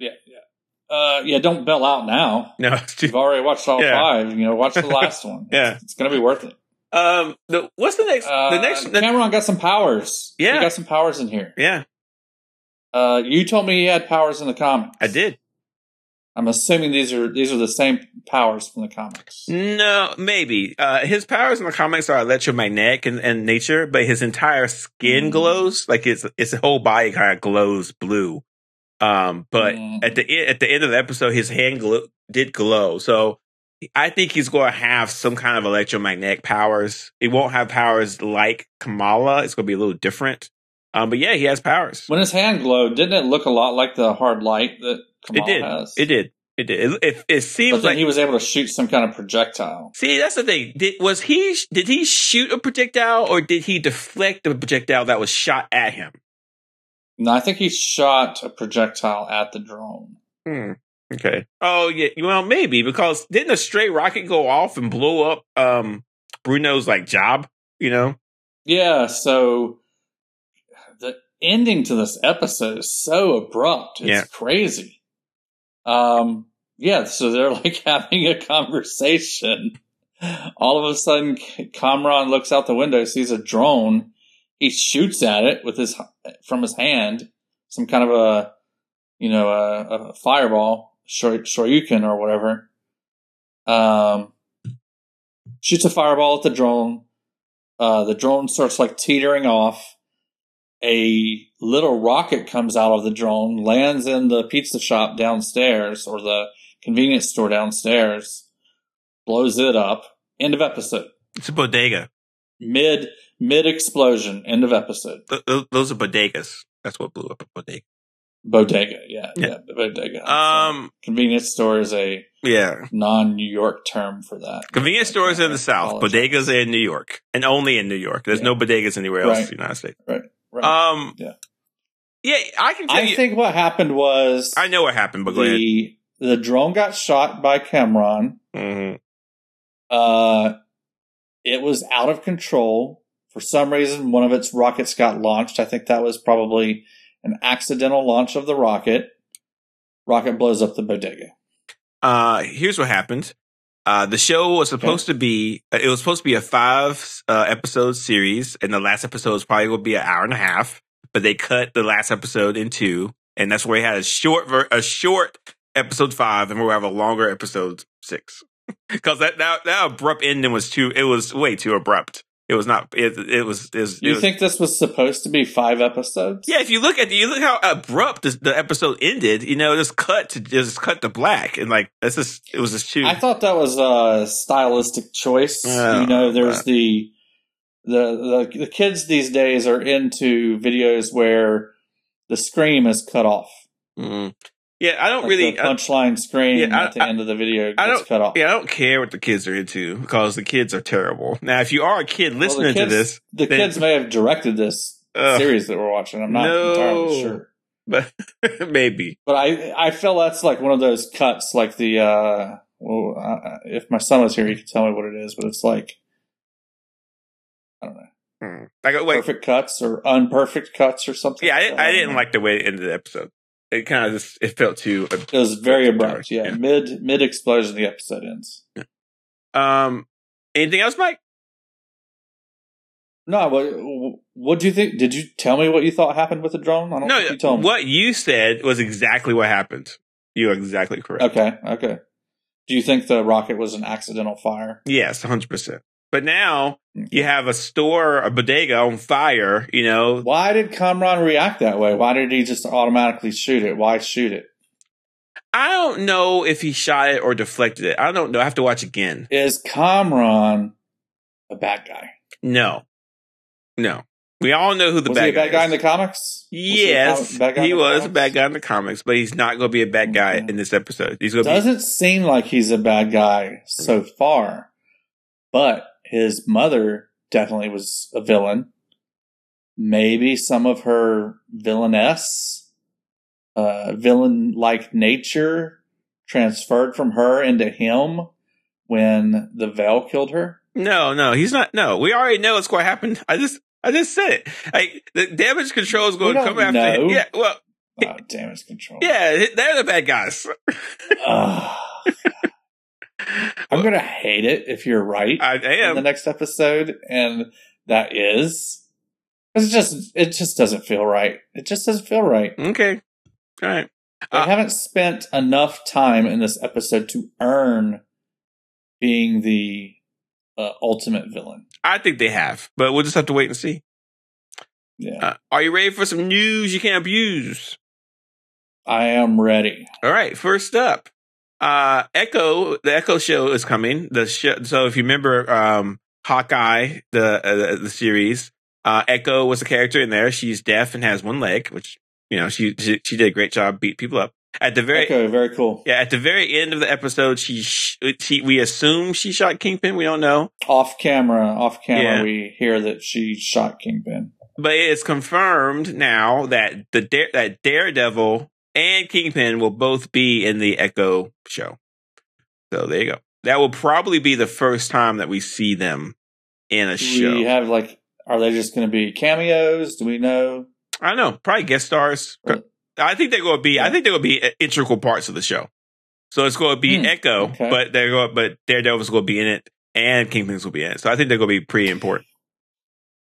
Speaker 2: Yeah. Yeah. Uh, yeah. Don't bail out now.
Speaker 1: No, it's too,
Speaker 2: You've already watched all
Speaker 1: Yeah.
Speaker 2: five. You know, watch the last one.
Speaker 1: Yeah.
Speaker 2: It's, it's going to be worth it.
Speaker 1: um, the, what's the next?
Speaker 2: Uh,
Speaker 1: the next, the,
Speaker 2: Cameron got some powers.
Speaker 1: Yeah.
Speaker 2: He got some powers in here.
Speaker 1: yeah,
Speaker 2: Uh, you told me he had powers in the comics.
Speaker 1: I did.
Speaker 2: I'm assuming these are these are the same powers from the comics.
Speaker 1: No, maybe. Uh, his powers in the comics are electromagnetic and, and nature, but his entire skin
Speaker 2: Mm.
Speaker 1: glows like his his whole body kind of glows blue. Um, but
Speaker 2: Mm.
Speaker 1: at the e- at the end of the episode, his hand glo- did glow. So I think he's going to have some kind of electromagnetic powers. He won't have powers like Kamala. It's going to be a little different. Um, but yeah, he has powers.
Speaker 2: when his hand glowed, didn't it look a lot like the hard light that Kamala
Speaker 1: It did.
Speaker 2: has?
Speaker 1: It did. It did. It, it, it
Speaker 2: But
Speaker 1: seems
Speaker 2: then
Speaker 1: like
Speaker 2: he was able to shoot some kind of projectile.
Speaker 1: See, that's the thing. Did was he did he shoot a projectile or did he deflect the projectile that was shot at him?
Speaker 2: No, I think he shot a projectile at the drone.
Speaker 1: Hmm. Okay. Oh yeah. Well, maybe because didn't a stray rocket go off and blow up um Bruno's like job? You know.
Speaker 2: Yeah, so the ending to this episode is so abrupt. It's
Speaker 1: Yeah.
Speaker 2: crazy. Um yeah, so they're like having a conversation. All of a sudden, K- Kamran looks out the window, sees a drone. He shoots at it with his from his hand, some kind of a you know a, a fireball, shor- shoryuken or whatever. Um, shoots a fireball at the drone. Uh, the drone starts like teetering off. A little rocket comes out of the drone, lands in the pizza shop downstairs or the convenience store downstairs, blows it up. End of episode.
Speaker 1: It's a bodega.
Speaker 2: Mid mid explosion. End of episode.
Speaker 1: Th- th- those are bodegas. That's what blew up a bodega.
Speaker 2: Bodega. Yeah,
Speaker 1: Yeah.
Speaker 2: yeah, bodega.
Speaker 1: Um.
Speaker 2: convenience store is a
Speaker 1: Yeah.
Speaker 2: non New York term for that.
Speaker 1: Convenience stores in the South.
Speaker 2: Apologize.
Speaker 1: Bodegas are in New York, and only in New York. There's
Speaker 2: Yeah.
Speaker 1: no bodegas anywhere else in
Speaker 2: Right.
Speaker 1: the United States.
Speaker 2: Right.
Speaker 1: Um.
Speaker 2: Yeah.
Speaker 1: Yeah, I can tell
Speaker 2: I
Speaker 1: you.
Speaker 2: think what happened was
Speaker 1: I know what happened, but go ahead.
Speaker 2: the the drone got shot by Cameron.
Speaker 1: Mhm.
Speaker 2: Uh, it was out of control. For some reason, one of its rockets got launched. I think that was probably an accidental launch of the rocket. Rocket blows up the bodega.
Speaker 1: uh here's what happened uh the show was supposed to be uh, it was supposed to be a five uh episode series and the last episode was probably will be an hour and a half but they cut the last episode in two and that's where we had a short ver- a short episode five and we'll have a longer episode six because that, that that abrupt ending was too it was way too abrupt it was not it, it was it was, it
Speaker 2: You
Speaker 1: was
Speaker 2: think this was supposed to be five episodes?
Speaker 1: yeah, if you look at the, you look how abrupt this, the episode ended. You know, just cut to just cut to black, and like that's just it was just too.
Speaker 2: I thought that was a stylistic choice.
Speaker 1: Oh,
Speaker 2: you know, there's
Speaker 1: right.
Speaker 2: the, the the the kids these days are into videos where the scream is cut off.
Speaker 1: Mm. Yeah, I don't
Speaker 2: Like
Speaker 1: really.
Speaker 2: the punchline scream
Speaker 1: Yeah, I-
Speaker 2: at the end of the video gets
Speaker 1: I don't-
Speaker 2: cut off.
Speaker 1: I, yeah, I don't care what the kids are into because the kids are terrible. Now, if you are a kid
Speaker 2: Well, the
Speaker 1: listening to
Speaker 2: kids-
Speaker 1: this,
Speaker 2: the
Speaker 1: then-
Speaker 2: kids may have directed this
Speaker 1: Ugh.
Speaker 2: series that we're watching. I'm not
Speaker 1: No.
Speaker 2: entirely sure.
Speaker 1: but maybe.
Speaker 2: But I I feel that's like one of those cuts, like the uh, well, uh, if my son was here, he could tell me what it is. But it's like
Speaker 1: Hmm. Like, like
Speaker 2: perfect Um, cuts or unperfect cuts or something.
Speaker 1: yeah, I,
Speaker 2: like
Speaker 1: didn't-
Speaker 2: that.
Speaker 1: I didn't like the way it ended the episode. It kind of just it felt too.
Speaker 2: It was very abrupt.
Speaker 1: Yeah.
Speaker 2: Yeah, mid mid explosion, the episode ends.
Speaker 1: Um, anything else, Mike?
Speaker 2: No, what what do you think? Did you tell me what you thought happened with the drone? I don't
Speaker 1: No,
Speaker 2: think you told me.
Speaker 1: what you said was exactly what happened. You're exactly correct.
Speaker 2: Okay, okay. Do you think the rocket was an accidental fire?
Speaker 1: Yes, 100%. But now
Speaker 2: Hmm.
Speaker 1: you have a store, a bodega on fire, you know,
Speaker 2: Why did Kamran react that way? Why did he just automatically shoot it? Why shoot it?
Speaker 1: I don't know if he shot it or deflected it. I don't know. I have to watch again.
Speaker 2: Is Kamran a bad guy?
Speaker 1: No, no. We all know who the
Speaker 2: was
Speaker 1: bad
Speaker 2: he a bad
Speaker 1: guy, is.
Speaker 2: guy in the comics? Was he a com-
Speaker 1: yes,
Speaker 2: bad guy in
Speaker 1: he
Speaker 2: the
Speaker 1: was a
Speaker 2: comics? Mm.
Speaker 1: bad guy in the comics, but he's not going to be a bad guy
Speaker 2: Okay.
Speaker 1: in this episode. He's going to be Mm.
Speaker 2: Doesn't seem like he's a bad guy so far, but his mother definitely was a villain. Maybe some of her villainess, uh, villain like nature transferred from her into him when the veil killed her.
Speaker 1: no, no. He's not. No, we already know what's going to happen. I just, I just said it. Like the damage control is
Speaker 2: We
Speaker 1: going to
Speaker 2: don't
Speaker 1: come after.
Speaker 2: know.
Speaker 1: Him. Yeah, well,
Speaker 2: Oh, damage control.
Speaker 1: yeah. They're the bad guys.
Speaker 2: Ugh. I'm going to hate it if you're right.
Speaker 1: I
Speaker 2: in the
Speaker 1: am.
Speaker 2: next episode, and that is it's just it just doesn't feel right. It just doesn't feel right.
Speaker 1: Okay. All right.
Speaker 2: They
Speaker 1: Uh,
Speaker 2: haven't spent enough time in this episode to earn being the uh, ultimate villain.
Speaker 1: I think they have, but we'll just have to wait and see.
Speaker 2: Yeah,
Speaker 1: Uh, are you ready for some news you can't abuse?
Speaker 2: I am ready.
Speaker 1: All right, first up, uh, Echo, the Echo show is coming. The show, so if you remember, um, Hawkeye, the uh, the series, uh, Echo was a character in there. She's deaf and has one leg, which you know she she, she did a great job beat people up at the very.
Speaker 2: okay, very cool.
Speaker 1: Yeah, at the very end of the episode, she, sh- she we assume she shot Kingpin. We don't know.
Speaker 2: Off camera, off camera,
Speaker 1: Yeah.
Speaker 2: we hear that she shot Kingpin.
Speaker 1: But it is confirmed now that the dare, that Daredevil and Kingpin will both be in the Echo show. So there you go. That will probably be the first time that we see them in a
Speaker 2: Do
Speaker 1: show.
Speaker 2: we have like, are they just going to be cameos? Do we know?
Speaker 1: I don't know, probably guest stars.
Speaker 2: Right.
Speaker 1: I think they're going to be. I
Speaker 2: Yeah.
Speaker 1: think they're going to be integral parts of the show. So it's going to be
Speaker 2: Hmm,
Speaker 1: Echo,
Speaker 2: okay.
Speaker 1: but they're going, but Daredevil's going to be in it, and Kingpin's will be in it. So I think they're going to be pretty important.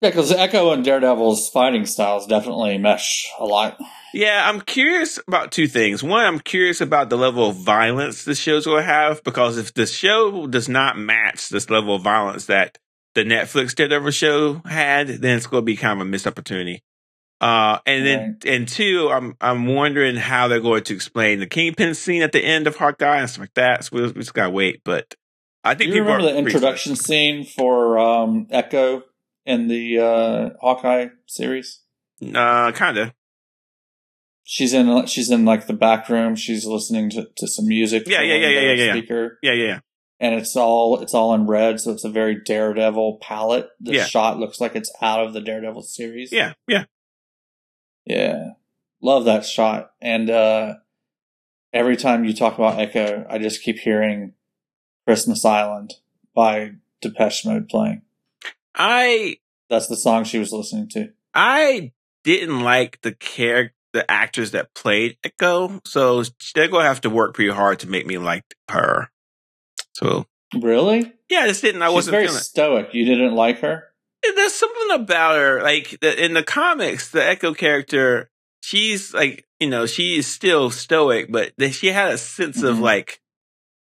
Speaker 2: Yeah, because Echo and Daredevil's fighting styles definitely mesh a lot.
Speaker 1: Yeah, I'm curious about two things. One, I'm curious about the level of violence the show's going to have because if the show does not match this level of violence that the Netflix Daredevil show had, then it's going to be kind of a missed opportunity. Uh, and then, and two, I'm I'm wondering how they're going to explain the kingpin scene at the end of Hawkeye and stuff like that. So we, we just got to wait. But I
Speaker 2: Do
Speaker 1: think
Speaker 2: you
Speaker 1: people
Speaker 2: remember
Speaker 1: are
Speaker 2: the introduction scene for um, Echo in the uh, Hawkeye series?
Speaker 1: Uh, kind of.
Speaker 2: She's in. She's in like the back room. She's listening to, to some music.
Speaker 1: Yeah,
Speaker 2: through
Speaker 1: yeah, yeah,
Speaker 2: a
Speaker 1: yeah, yeah, yeah.
Speaker 2: Speaker,
Speaker 1: Yeah, yeah, yeah.
Speaker 2: and it's all it's all in red, so it's a very Daredevil palette. The
Speaker 1: Yeah.
Speaker 2: shot looks like it's out of the Daredevil series.
Speaker 1: Yeah, yeah.
Speaker 2: Yeah. Love that shot. And uh every time you talk about Echo, I just keep hearing Christmas Island by Depeche Mode playing.
Speaker 1: I
Speaker 2: That's the song she was listening to.
Speaker 1: I didn't like the character, the actors that played Echo, so they're gonna have to work pretty hard to make me like her. So
Speaker 2: Really?
Speaker 1: yeah, I just didn't. I
Speaker 2: She's
Speaker 1: wasn't
Speaker 2: very
Speaker 1: feeling. it.
Speaker 2: stoic. You didn't like her?
Speaker 1: And There's something about her, like the, in the comics, the Echo character. She's like, you know, she is still stoic, but that she had a sense of
Speaker 2: Mhm.
Speaker 1: like,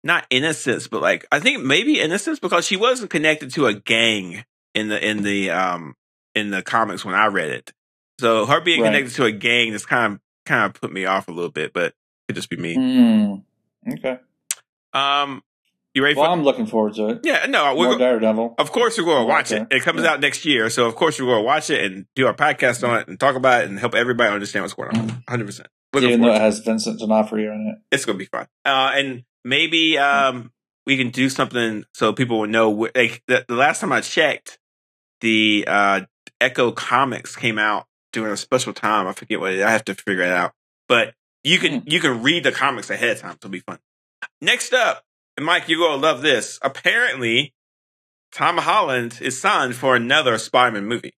Speaker 1: not innocence, but like I think maybe innocence because she wasn't connected to a gang in the in the um in the comics when I read it. So her being
Speaker 2: Right.
Speaker 1: connected to a gang just kind of kind of put me off a little bit, but it could just be me.
Speaker 2: Hmm. Okay.
Speaker 1: Um, you ready
Speaker 2: Mm. Well,
Speaker 1: for?
Speaker 2: I'm looking forward to it.
Speaker 1: yeah, no, we're
Speaker 2: More
Speaker 1: go-
Speaker 2: Daredevil.
Speaker 1: of course we're going to watch it.
Speaker 2: Okay.
Speaker 1: It comes
Speaker 2: Yeah.
Speaker 1: out next year, so of course we're going to watch it and do our podcast on it and talk about it and help everybody understand what's going on.
Speaker 2: Mhm.
Speaker 1: 100. percent
Speaker 2: Even though it has Vincent D'Onofrio in it.
Speaker 1: it's gonna be fun. Uh, and maybe um, we can do something so people will know. Where, like the, the last time I checked, the uh, Echo Comics came out during a special time. I forget what it, I have to figure it out. But you can you can read the comics ahead of time. It'll be fun. Next up, and Mike, you're gonna love this. Apparently, Tom Holland is signed for another Spider-Man movie.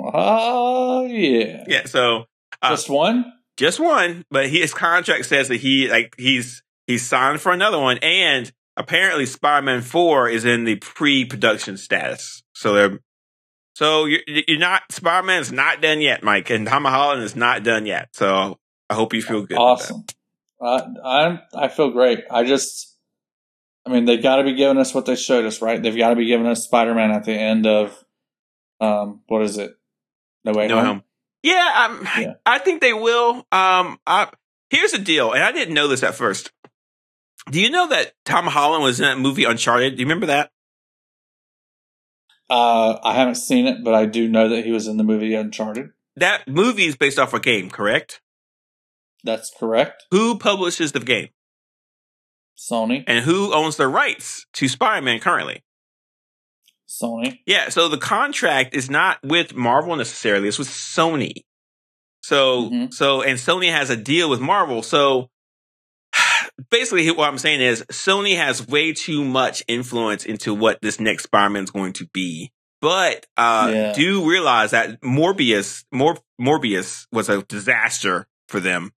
Speaker 2: Oh yeah.
Speaker 1: Yeah, so Uh,
Speaker 2: Just one?
Speaker 1: just one, but he, his contract says that he like he's he's signed for another one, and apparently Spider-Man Four is in the pre-production status. So they're so you're, you're not Spider-Man's not done yet, Mike, and Tom Holland is not done yet. So I hope you feel good. about that.
Speaker 2: Awesome. Uh, I'm I feel great. I just I mean they gotta be giving us what they showed us, right? They've gotta be giving us Spider Man at the end of um what is it? No way
Speaker 1: No
Speaker 2: home.
Speaker 1: Home. Yeah, um,
Speaker 2: Yeah.
Speaker 1: I think they will. Um, I, here's the deal, and I didn't know this at first. Do you know that Tom Holland was in that movie Uncharted? Do you remember that?
Speaker 2: Uh I haven't seen it, but I do know that he was in the movie Uncharted.
Speaker 1: That movie is based off a game, correct?
Speaker 2: That's correct.
Speaker 1: Who publishes the game
Speaker 2: Sony.
Speaker 1: and who owns the rights to Spider-Man currently?
Speaker 2: Sony.
Speaker 1: Yeah, so the contract is not with Marvel necessarily; it's with Sony. So,
Speaker 2: Mhm.
Speaker 1: so, and Sony has a deal with Marvel. So, basically, what I'm saying is Sony has way too much influence into what this next Spider-Man is going to be. But uh,
Speaker 2: Yeah.
Speaker 1: do realize that Morbius, Mor- Morbius was a disaster for them.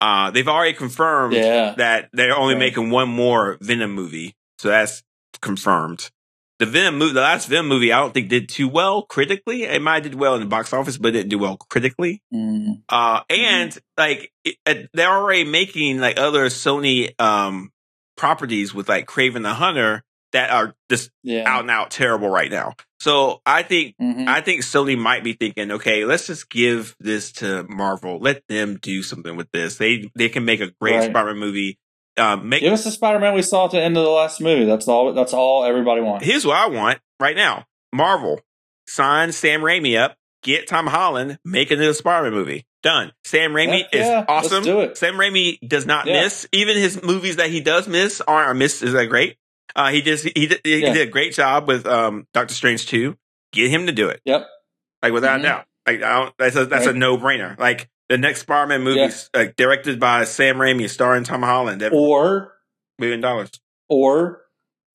Speaker 1: Uh, they've already confirmed
Speaker 2: Yeah.
Speaker 1: that they're only
Speaker 2: Right.
Speaker 1: making one more Venom movie, so that's confirmed. The Venom movie, the last Venom movie, I don't think did too well critically. It might have did well in the box office, but it didn't do well critically.
Speaker 2: Mm.
Speaker 1: Uh, and like it, it- they're already making like other Sony um properties with like Craven the Hunter that are just
Speaker 2: Yeah.
Speaker 1: out and out terrible right now. So I think
Speaker 2: Mhm.
Speaker 1: I think Sony might be thinking, okay, let's just give this to Marvel. Let them do something with this. They they can make a great
Speaker 2: Right.
Speaker 1: Spider-Man movie. Um, make
Speaker 2: Give us the Spider Man we saw at the end of the last movie. That's all that's all everybody wants.
Speaker 1: here's what I want right now: Marvel sign Sam Raimi up, get Tom Holland, make another Spider-Man movie. Done. Sam Raimi
Speaker 2: Heck yeah,
Speaker 1: is
Speaker 2: let's
Speaker 1: awesome.
Speaker 2: do it.
Speaker 1: Sam Raimi does not
Speaker 2: Yeah.
Speaker 1: miss. Even his movies that he does miss aren't are missed. Is that great? Uh, he just he did, he
Speaker 2: Yeah.
Speaker 1: did a great job with um, Doctor Strange two. Get him to do it.
Speaker 2: Yep.
Speaker 1: Like without
Speaker 2: Mhm.
Speaker 1: a doubt. Like I don't, that's a, that's a
Speaker 2: Right.
Speaker 1: no brainer. Like the next Spider-Man movie,
Speaker 2: Yeah.
Speaker 1: like directed by Sam Raimi, starring Tom Holland, that
Speaker 2: Or
Speaker 1: million dollars.
Speaker 2: or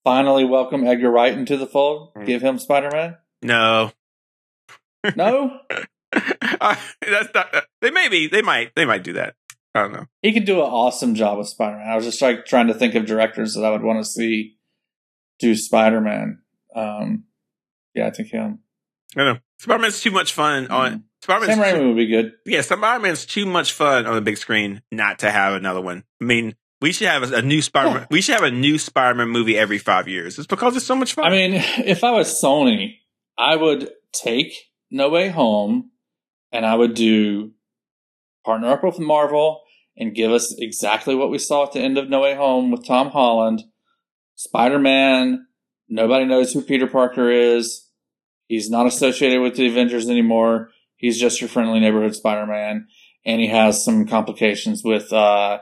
Speaker 2: finally welcome Edgar Wright into the fold.
Speaker 1: Mm.
Speaker 2: Give him Spider Man.
Speaker 1: No,
Speaker 2: No,
Speaker 1: Uh, that's not. uh, They maybe they might they might do that. I don't know.
Speaker 2: he could do an awesome job with Spider Man. I was just like trying to think of directors that I would want to see do Spider Man. Um, yeah, I think him.
Speaker 1: I don't know. Spider-Man's too much fun on Spider-Man's.
Speaker 2: Mm-hmm. Sam
Speaker 1: too-
Speaker 2: Raimi would be good.
Speaker 1: yeah, Spider-Man's too much fun on the big screen not to have another one. I mean, we should have a, a new Spider-Man.
Speaker 2: Yeah.
Speaker 1: We should have a new Spider-Man movie every five years. It's because it's so much fun.
Speaker 2: I mean, if I was Sony, I would take No Way Home and I would do partner up with Marvel and give us exactly what we saw at the end of No Way Home with Tom Holland, Spider Man. Nobody knows who Peter Parker is. He's not associated with the Avengers anymore. He's just your friendly neighborhood Spider Man. And he has some complications with uh,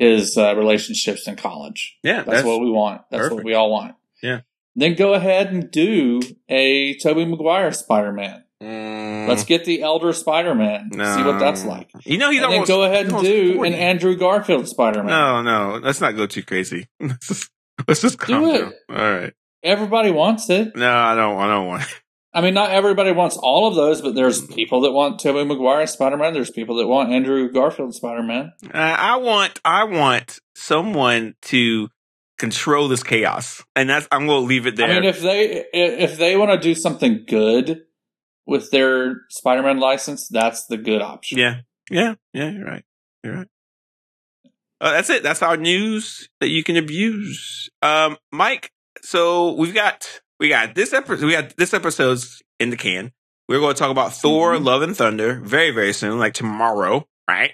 Speaker 2: his uh, relationships in college.
Speaker 1: yeah,
Speaker 2: That's, what we want. That's
Speaker 1: perfect.
Speaker 2: what we all want.
Speaker 1: Yeah.
Speaker 2: Then go ahead and do a Toby Maguire Spider Man.
Speaker 1: Mm.
Speaker 2: Let's get the elder Spider Man. See what that's
Speaker 1: No.
Speaker 2: like.
Speaker 1: You know, he's
Speaker 2: and then
Speaker 1: almost
Speaker 2: go ahead and
Speaker 1: almost
Speaker 2: do
Speaker 1: 40.
Speaker 2: an Andrew Garfield Spider Man.
Speaker 1: No, no, let's not go too crazy. Let's just let's just calm
Speaker 2: it.
Speaker 1: down. All right.
Speaker 2: Everybody wants it.
Speaker 1: No, I don't. I don't want.
Speaker 2: I mean, not everybody wants all of those, but there's people that want Toby Maguire Spider Man. There's people that want Andrew Garfield Spider Man.
Speaker 1: Uh, I want. I want someone to control this chaos, and that's. I'm going to leave it there.
Speaker 2: I mean, if they i- if they want to do something good with their Spider Man license, that's the good option.
Speaker 1: yeah, yeah, yeah. You're right. You're right. Uh, that's it. That's our news that you can abuse. Um, Mike. So we've got we got this episode. We got this episode's in the can. We're going to talk about Thor:
Speaker 2: Mhm.
Speaker 1: Love and Thunder very, very soon, like tomorrow, right?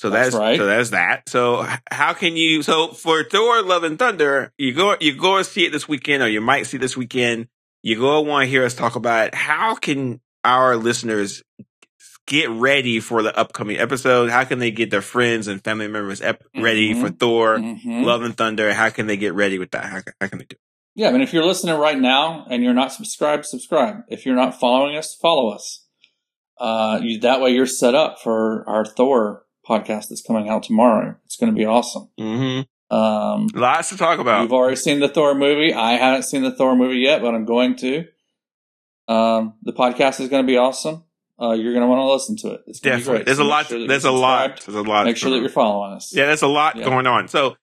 Speaker 1: So that's,
Speaker 2: That's right.
Speaker 1: So that's that. So h- how can you? So for Thor: Love and Thunder, you go you go and see it this weekend, or you might see it this weekend. You go want to hear us talk about it. How can our listeners get ready for the upcoming episode? How can they get their friends and family members ep- ready for Thor:
Speaker 2: Mhm.
Speaker 1: Love and Thunder? How can they get ready with that? How, ca- how can they do? it?
Speaker 2: Yeah, I mean, if you're listening right now and you're not subscribed, subscribe. If you're not following us, follow us. uh, you, that way you're set up for our Thor podcast that's coming out tomorrow. It's going to be awesome.
Speaker 1: Mm-hmm.
Speaker 2: Um,
Speaker 1: Lots to talk about.
Speaker 2: You've already seen the Thor movie. I haven't seen the Thor movie yet, but I'm going to. Um, the podcast is going to be awesome. Uh, you're going to want to listen to it. It's going to be
Speaker 1: Definitely.
Speaker 2: great.
Speaker 1: There's
Speaker 2: So
Speaker 1: a
Speaker 2: make
Speaker 1: lot.
Speaker 2: sure that
Speaker 1: There's a
Speaker 2: you're
Speaker 1: lot.
Speaker 2: subscribed.
Speaker 1: There's a lot.
Speaker 2: Make sure that you're following us.
Speaker 1: Yeah, there's a lot
Speaker 2: Yeah.
Speaker 1: going on. So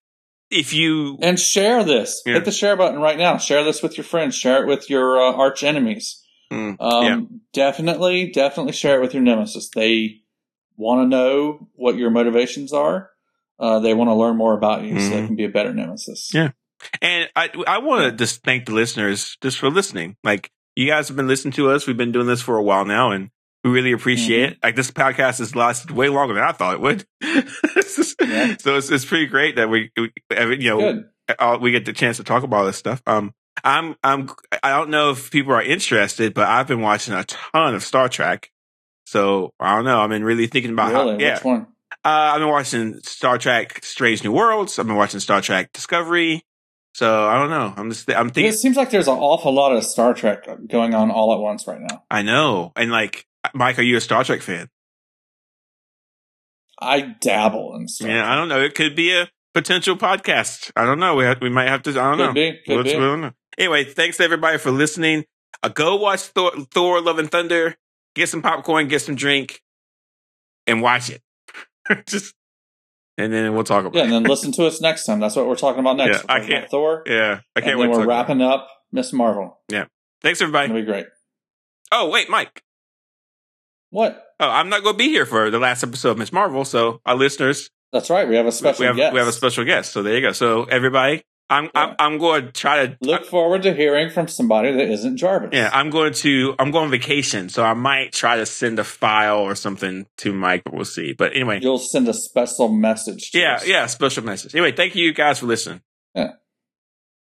Speaker 1: if you
Speaker 2: And share this.
Speaker 1: Yeah.
Speaker 2: Hit the share button right now. Share this with your friends. Share it with your uh, arch enemies.
Speaker 1: Mm,
Speaker 2: Um,
Speaker 1: yeah.
Speaker 2: Definitely, definitely share it with your nemesis. They want to know what your motivations are. Uh, they want to learn more about you so they
Speaker 1: Mhm.
Speaker 2: can be a better nemesis.
Speaker 1: Yeah. And I I want to just thank the listeners just for listening. Like you guys have been listening to us. We've been doing this for a while now, and we really
Speaker 2: Mm-hmm.
Speaker 1: appreciate it. Like this podcast has lasted way longer than I thought it would.
Speaker 2: Yeah.
Speaker 1: So it's it's pretty great that we, we I mean, you know
Speaker 2: Good.
Speaker 1: all, we get the chance to talk about all this stuff. Um, I'm I'm I don't know if people are interested, but I've been watching a ton of Star Trek. So I don't know. I've been really thinking about
Speaker 2: Really?
Speaker 1: how yeah.
Speaker 2: Which one?
Speaker 1: Uh, I've been watching Star Trek: Strange New Worlds. I've been watching Star Trek: Discovery. So I don't know. I'm just I'm
Speaker 2: It
Speaker 1: thinking.
Speaker 2: seems like there's an awful lot of Star Trek going on all at once right now.
Speaker 1: I know. And like, Mike, are you a Star Trek fan?
Speaker 2: I dabble in Star
Speaker 1: Yeah, I don't know. It could be a potential podcast. I don't know. We have, we might have to. I don't
Speaker 2: Trek.
Speaker 1: know.
Speaker 2: Could be. Could
Speaker 1: We'll-
Speaker 2: be.
Speaker 1: we don't know. Anyway, thanks to everybody for listening. Uh, go watch Thor, Thor: Love and Thunder. Get some popcorn. Get some drink, and watch it. just and then we'll talk about.
Speaker 2: Yeah,
Speaker 1: it.
Speaker 2: and then listen to us next time. That's what we're talking about next.
Speaker 1: Yeah,
Speaker 2: We're
Speaker 1: I
Speaker 2: talking about
Speaker 1: can't-
Speaker 2: Thor.
Speaker 1: Yeah, I can't
Speaker 2: and
Speaker 1: wait.
Speaker 2: then
Speaker 1: to talk about
Speaker 2: we're
Speaker 1: it.
Speaker 2: wrapping up Miss Marvel.
Speaker 1: Thanks
Speaker 2: It's
Speaker 1: everybody.
Speaker 2: gonna be great.
Speaker 1: Oh wait, Mike.
Speaker 2: What?
Speaker 1: Oh, I'm not going to be here for the last episode of Miss Marvel. So our listeners,
Speaker 2: That's right. We have a
Speaker 1: we
Speaker 2: special
Speaker 1: have
Speaker 2: guest.
Speaker 1: we have a special guest. So there you go. So everybody, I'm I'm, I'm going to try to
Speaker 2: Look forward to hearing from somebody that isn't Jarvis.
Speaker 1: yeah, I'm going to I'm going on vacation. So I might try to send a file or something to Mike, but we'll see. But anyway,
Speaker 2: You'll send a special message. To
Speaker 1: yeah,
Speaker 2: us.
Speaker 1: yeah, special message. Anyway, thank you guys for listening.